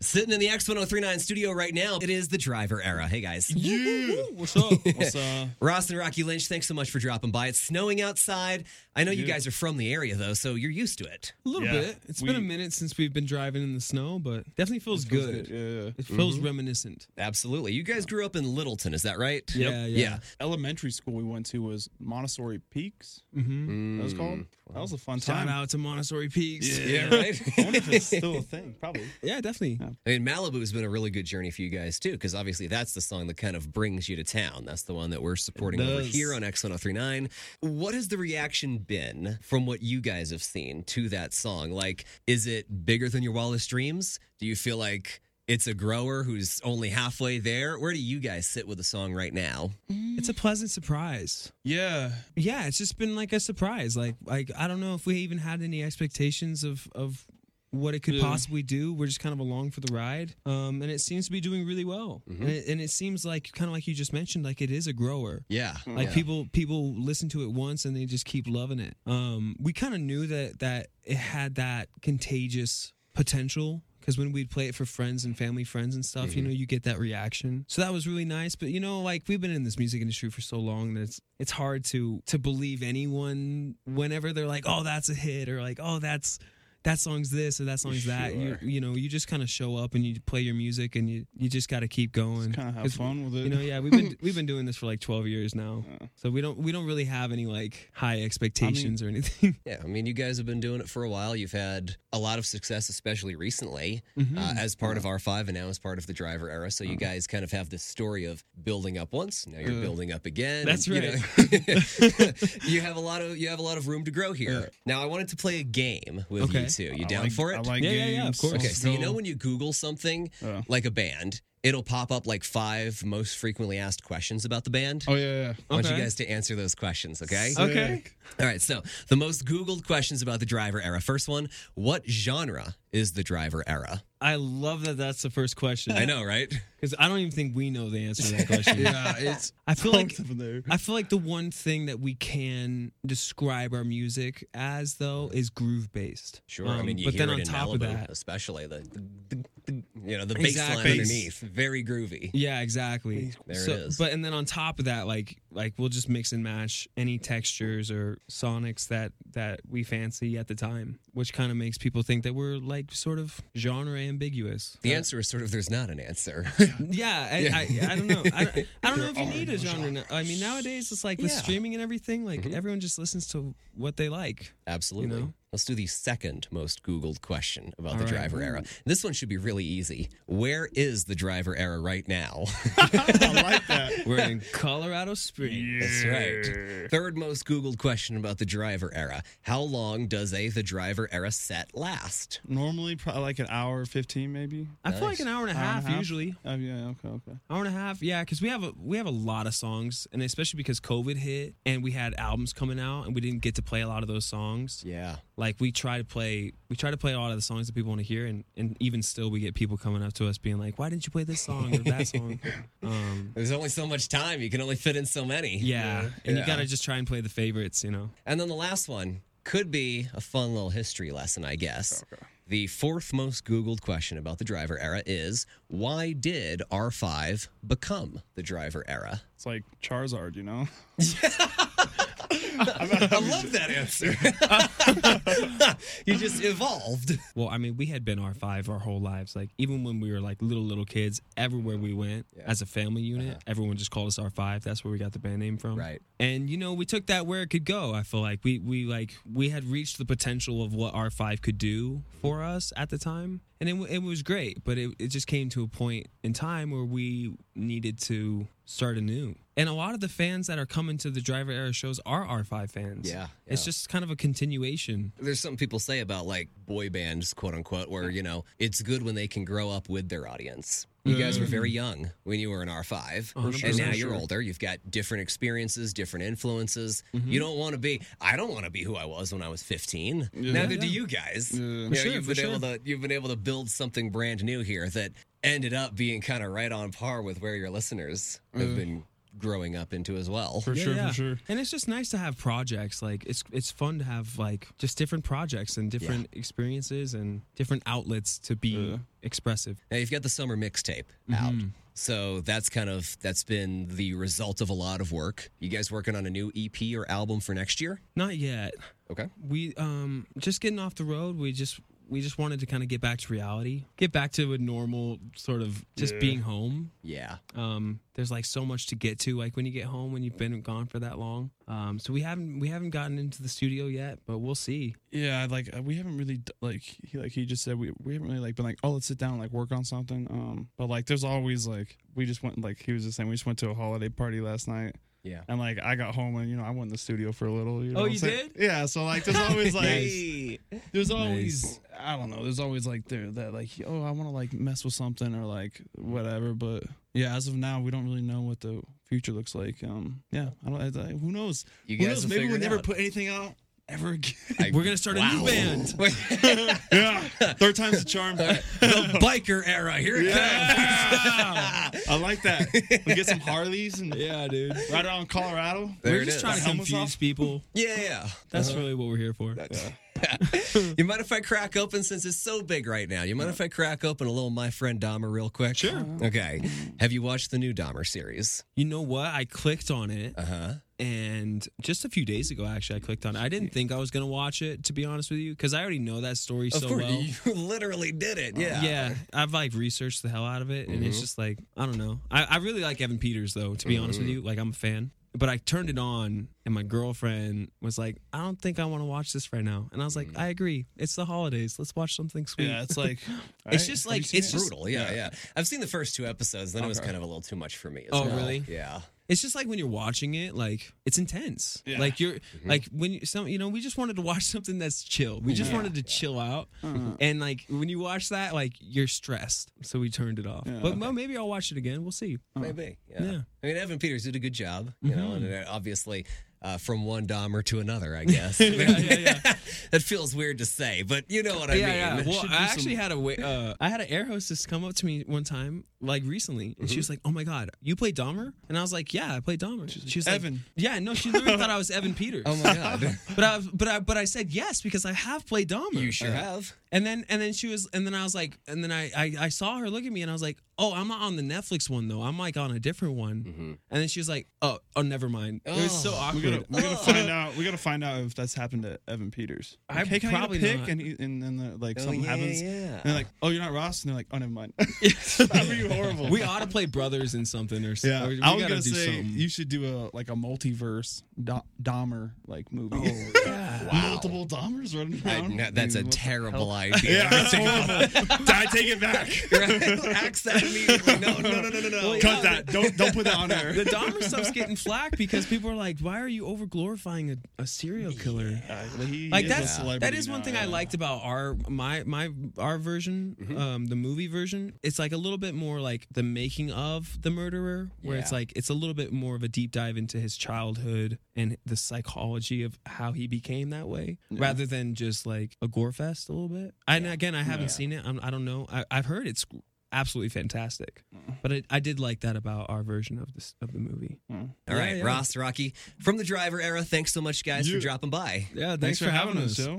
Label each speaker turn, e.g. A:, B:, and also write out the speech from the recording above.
A: Sitting in the X1039 studio right now, it is the driver era. Hey, guys.
B: Yeah. What's up? What's uh?
A: Ross and Rocky Lynch, thanks so much for dropping by. It's snowing outside. I know you
B: Yeah.
A: guys are from the area, though, so you're used to it.
C: A little
B: Yeah.
C: bit. It's
B: We-
C: been a minute since we've been driving in the snow, but definitely feels,
B: feels
C: good.
B: good, yeah, Mm-hmm. yeah.
C: It feels reminiscent.
A: Absolutely. You guys grew up in Littleton, is that right?
B: Yep.
C: Yeah, yeah.
A: Yeah.
B: Elementary school we went to was Montessori Peaks.
C: Mm-hmm.
B: That was called. That was a fun
C: Shout
B: time.
C: out to Montessori Peaks.
A: Yeah, right?
B: I wonder if it's still a thing. Probably.
C: Yeah, definitely.
A: I mean, Malibu has been a really good journey for you guys, too, because obviously that's the song that kind of brings you to town. That's the one that we're supporting over
C: does.
A: here on X1039. What has the reaction been from what you guys have seen to that song? Like, is it bigger than your wildest dreams? Do you feel like it's a grower who's only halfway there? Where do you guys sit with the song right now?
C: It's a pleasant surprise.
B: Yeah.
C: Yeah, it's just been like a surprise. Like like I don't know if we even had any expectations of of what it could
B: Yeah.
C: possibly do. We're just kind of along for the ride. Um and it seems to be doing really well.
B: Mm-hmm.
C: And, it, and it seems like kind of like you just mentioned like it is a grower.
A: Yeah.
C: Like people people listen to it once and they just keep loving it. Um, we kind of knew that that it had that contagious potential because when we'd play it for friends and family friends and stuff, you know, you get that reaction. So that was really nice. But you know, like we've been in this music industry for so long that it's it's hard to to believe anyone whenever they're like, oh, that's a hit or like, oh, that's that song's this or that song's that. You you know, you just kind of show up and you play your music and you you just got to keep going.
B: Kind of have
C: 'Cause
B: fun with it.
C: you know, yeah, we've been we've been doing this for like twelve years now, so we don't we don't really have any like high expectations or anything.
A: Yeah, I mean, you guys have been doing it for a while. You've had a lot of success, especially recently,
B: Mm-hmm.
A: uh, as part of R5 and now as part of the driver era. So you guys kind of have this story of building up once, now you're building up again.
C: That's
A: you know. you have a lot of you have a lot of room to grow here. Now I wanted to play a game with you
C: Okay.
A: two. You
B: I
A: down
B: like-
A: for it?
B: I like
C: Yeah, yeah, yeah, of
B: games.
C: course.
A: Okay,
B: Let's
A: so you
B: go. Uh.
A: know when you Google something
B: Yeah.
A: like a band, it'll pop up like five most frequently asked questions about the band.
B: Oh Uh. yeah.
A: I want you
C: okay.
A: guys to answer those questions, okay?
B: yeah.
C: Okay.
B: Sick.
A: All right, so the most Googled questions about the driver era. First one What genre is the driver era?
C: I love that that's the first question
A: I know, right?
C: because I don't even think we know the answer to that question.
B: Yeah, it's
C: I feel like
B: both of there.
C: I feel like the one thing that we can describe our music as though is groove based.
A: I mean, you
C: Um,
A: hear
C: but then
A: it
C: on
A: in
C: top
A: Malibu,
C: of that,
A: especially the, the, the, the- you know the bass
C: Exactly.
A: line underneath, very groovy.
C: Yeah, exactly.
A: There it
C: so,
A: is.
C: But and then on top of that, like like we'll just mix and match any textures or sonics that that we fancy at the time, which kind of makes people think that we're like sort of genre ambiguous.
A: The answer is sort of there's not an answer.
C: Yeah, I, I, I don't know. I don't, I don't know if you need a genre. Mm-hmm. now. I mean, nowadays it's like with
A: Yeah.
C: streaming and everything, like everyone just listens to what they like.
A: Absolutely.
C: You know?
A: Let's do the second most Googled question about the
C: right.
A: driver era. This one should be really easy. Where is the driver era right now?
B: I like that.
C: We're in Colorado Springs.
A: That's right. Third most Googled question about the driver era. How long does a the driver era set last?
B: Normally, probably like an hour fifteen, maybe.
C: I feel like an hour and a
B: Hour and a
C: half
B: half?
C: usually.
B: Oh yeah. Okay. Okay.
C: hour and a half yeah because we have a we have a lot of songs and especially because covid hit and we had albums coming out and we didn't get to play a lot of those songs
A: Yeah.
C: like we try to play we try to play a lot of the songs that people want to hear and and even still we get people coming up to us being like why didn't you play this song or that song um
A: There's only so much time. You can only fit in so many.
C: yeah, and
A: Yeah.
C: you gotta just try and play the favorites you know
A: And then the last one could be a fun little history lesson, I guess. The fourth most Googled question about the driver era is why did R5 become the driver era?
B: It's like Charizard, you know.
A: I love that answer. you just evolved.
C: well i mean we had been r5 our whole lives like even when we were like little little kids everywhere we went as a family unit everyone just called us r5 that's where we got the band name from
A: Uh-huh. Right.
C: and you know we took that where it could go i feel like we we like we had reached the potential of what r5 could do for us at the time and it, w- it was great but it, it just came to a point in time where we needed to start anew and a lot of the fans that are coming to the driver era shows are r5 fans
A: Yeah,
C: it's
A: yeah.
C: just kind of a continuation
A: There's something people say about like boy bands, quote unquote, where, you know, it's good when they can grow up with their audience. You guys were
C: Mm.
A: very young when you were in R5, and
C: 100%.
A: now you're older. You've got different experiences, different influences.
C: Mm-hmm.
A: You don't want to be, I don't want to be who I was when I was 15. Neither do you guys. You know,
C: sure,
A: you've,
C: for
A: been able to, you've been able to build something brand new here that ended up being kind of right on par with where your listeners have been growing up into as well.
B: For
C: Yeah,
B: sure,
C: yeah.
B: for sure.
C: And it's just nice to have projects. Like it's it's fun to have like just different projects and different experiences and different outlets to be
B: Yeah.
C: expressive.
A: Now you've got the summer mixtape
C: Mm-hmm.
A: out. So that's kind of that's been the result of a lot of work. You guys working on a new EP or album for next year?
C: Not yet.
A: Okay.
C: We um just getting off the road. We just we just wanted to kind of get back to reality, get back to a normal sort of just
B: Yeah.
C: being home.
A: Yeah.
C: Um, there's like so much to get to, like when you get home when you've been gone for that long. Um, so we haven't we haven't gotten into the studio yet, but we'll see.
B: Yeah, like uh, we haven't really d- like he like he just said we we haven't really like been like oh let's sit down and, like work on something. Um, but like there's always like we just went like he was just saying we just went to a holiday party last night.
A: Yeah.
B: And like I got home and you know I went in the studio for a little. You know
C: Oh,
B: what
C: you
B: I'm saying?
C: did?
B: Yeah. So like there's always like
A: Hey.
B: there's always I don't know. There's always like there that like oh I want to like mess with something or like whatever. But yeah, as of now we don't really know what the future looks like. Um, yeah, I don't. I, I- who knows?
A: You
B: who
A: guys
B: knows?
A: will
B: Maybe
A: figure it
B: we'll never
A: out.
B: put anything out ever again.
A: I-
C: We're gonna start a new
A: Wow.
C: band.
B: yeah, third time's the charm.
A: the biker era. Here it
B: Yeah.
A: comes.
B: I like that. We get some Harleys and
C: Yeah, dude.
B: right out in Colorado.
A: There
C: We're
A: it
C: just
A: is.
C: trying to
B: Helmets
C: confuse
B: off.
C: people.
A: yeah, yeah.
C: That's really what we're here for.
A: You mind if I crack open since it's so big right now? You mind if I crack open a little My Friend Dahmer real quick? Sure. Okay. Have you watched the new Dahmer series?
C: You know what? I clicked on it,
A: Uh huh.
C: and just a few days ago, actually, I clicked on it. I didn't think I was gonna watch it, to be honest with you, because I already know that story
A: Of
C: so
A: course,
C: well.
A: you literally did it. Yeah. Mm-hmm.
C: Yeah, I've like researched the hell out of it, and it's just like I don't know. I, I really like Evan Peters though, to be honest
A: Mm-hmm.
C: with you. Like I'm a fan, but I turned it on, and my girlfriend was like, "I don't think I want to watch this right now," and I was like,
A: Mm.
C: "I agree. It's the holidays. Let's watch something sweet."
B: Yeah, it's like
C: It's just like- it's just-
A: Brutal. Yeah, yeah, I've seen the first two episodes. Then it was kind of a little too much for me. as
C: Oh,
A: well.
C: really?
A: Yeah.
C: It's just like when you're watching it, like it's intense.
B: Yeah.
C: Like you're
A: Mm-hmm.
C: like when you, some you know we just wanted to watch something that's chill. We just
B: Yeah.
C: wanted to chill out, and like when you watch that, like you're stressed, so we turned it off.
B: Yeah.
C: But well, maybe I'll watch it again. We'll see.
A: Maybe. Yeah.
C: Oh. Yeah. Mm-hmm.
A: I mean, Evan Peters did a good job, you know, and uh, obviously uh, from one Dahmer to another, I guess. that feels weird to say, but you know what I
C: yeah,
A: mean.
C: yeah. Well,
B: should do
C: I actually had a wa- uh, I had an air hostess come up to me one time, like recently, and she was like, "Oh my god, you play Dahmer?" And I was like, "Yeah, I play Dahmer." She was, like,
B: Evan.
C: Yeah, no, she literally thought I was Evan Peters.
A: Oh my God.
C: But I, but I, but I said yes because I have played Dahmer.
A: you sure have.
C: And then, and then she was, and then I was like, and then I, I, I saw her look at me, and I was like, "Oh, I'm not on the Netflix one though. I'm like on a different one."
B: Mm.
A: Mm-hmm.
C: And then she was like, "Oh, oh, never mind." It was so
A: Oh.
C: awkward.
B: we gotta we gotta find out we gotta find out if that's happened to Evan Peters.
C: I
B: Like, hey, can
C: probably
B: I get a pick?
C: not.
B: And he, and then the, like
A: Oh,
B: something
A: yeah,
B: happens.
A: yeah.
B: And they're like, oh, you're not Ross. And they're like, oh, never mind. that would be horrible.
C: we ought to play brothers in something or something.
B: yeah,
C: we, we
B: I was
C: gotta
B: gonna
C: do
B: say
C: something.
B: you should do a like a multiverse Do- Dahmer like movie.
C: Oh,
B: Multiple Dahmers running
A: I-
B: around.
A: no, that's
B: I
A: a
B: mean, what the
A: terrible
B: hell?
A: idea.
B: Yeah, that's horrible. I take it back.
A: Axe that immediately. No, no, no, no, no, no.
C: Well, yeah,
B: Cut that. Don't don't put that on air.
C: the Dahmer stuff's getting flack because people are like, why are you over glorifying a, a serial killer?
B: Uh, he
C: Like
B: is a
C: that's
B: celebrity
C: that is
B: now,
C: one thing I
B: yeah.
C: liked about our my my our version,
B: Mm-hmm.
C: um, the movie version. It's like a little bit more like the making of the murderer, where it's
A: Yeah.
C: like it's a little bit more of a deep dive into his childhood and the psychology of how he became that way, rather than just like a gore fest a little bit. And again, I haven't seen it. I'm, I don't know. I, I've heard it's absolutely fantastic,
B: Mm-hmm.
C: but it, I did like that about our version of this of the movie.
B: Mm-hmm.
A: All right,
C: Yeah, yeah.
A: Ross, Rocky, from the driver era, thanks so much, guys, for
B: You-
A: dropping by.
C: Yeah,
B: Thanks for having us,
C: Joe.
B: Joe.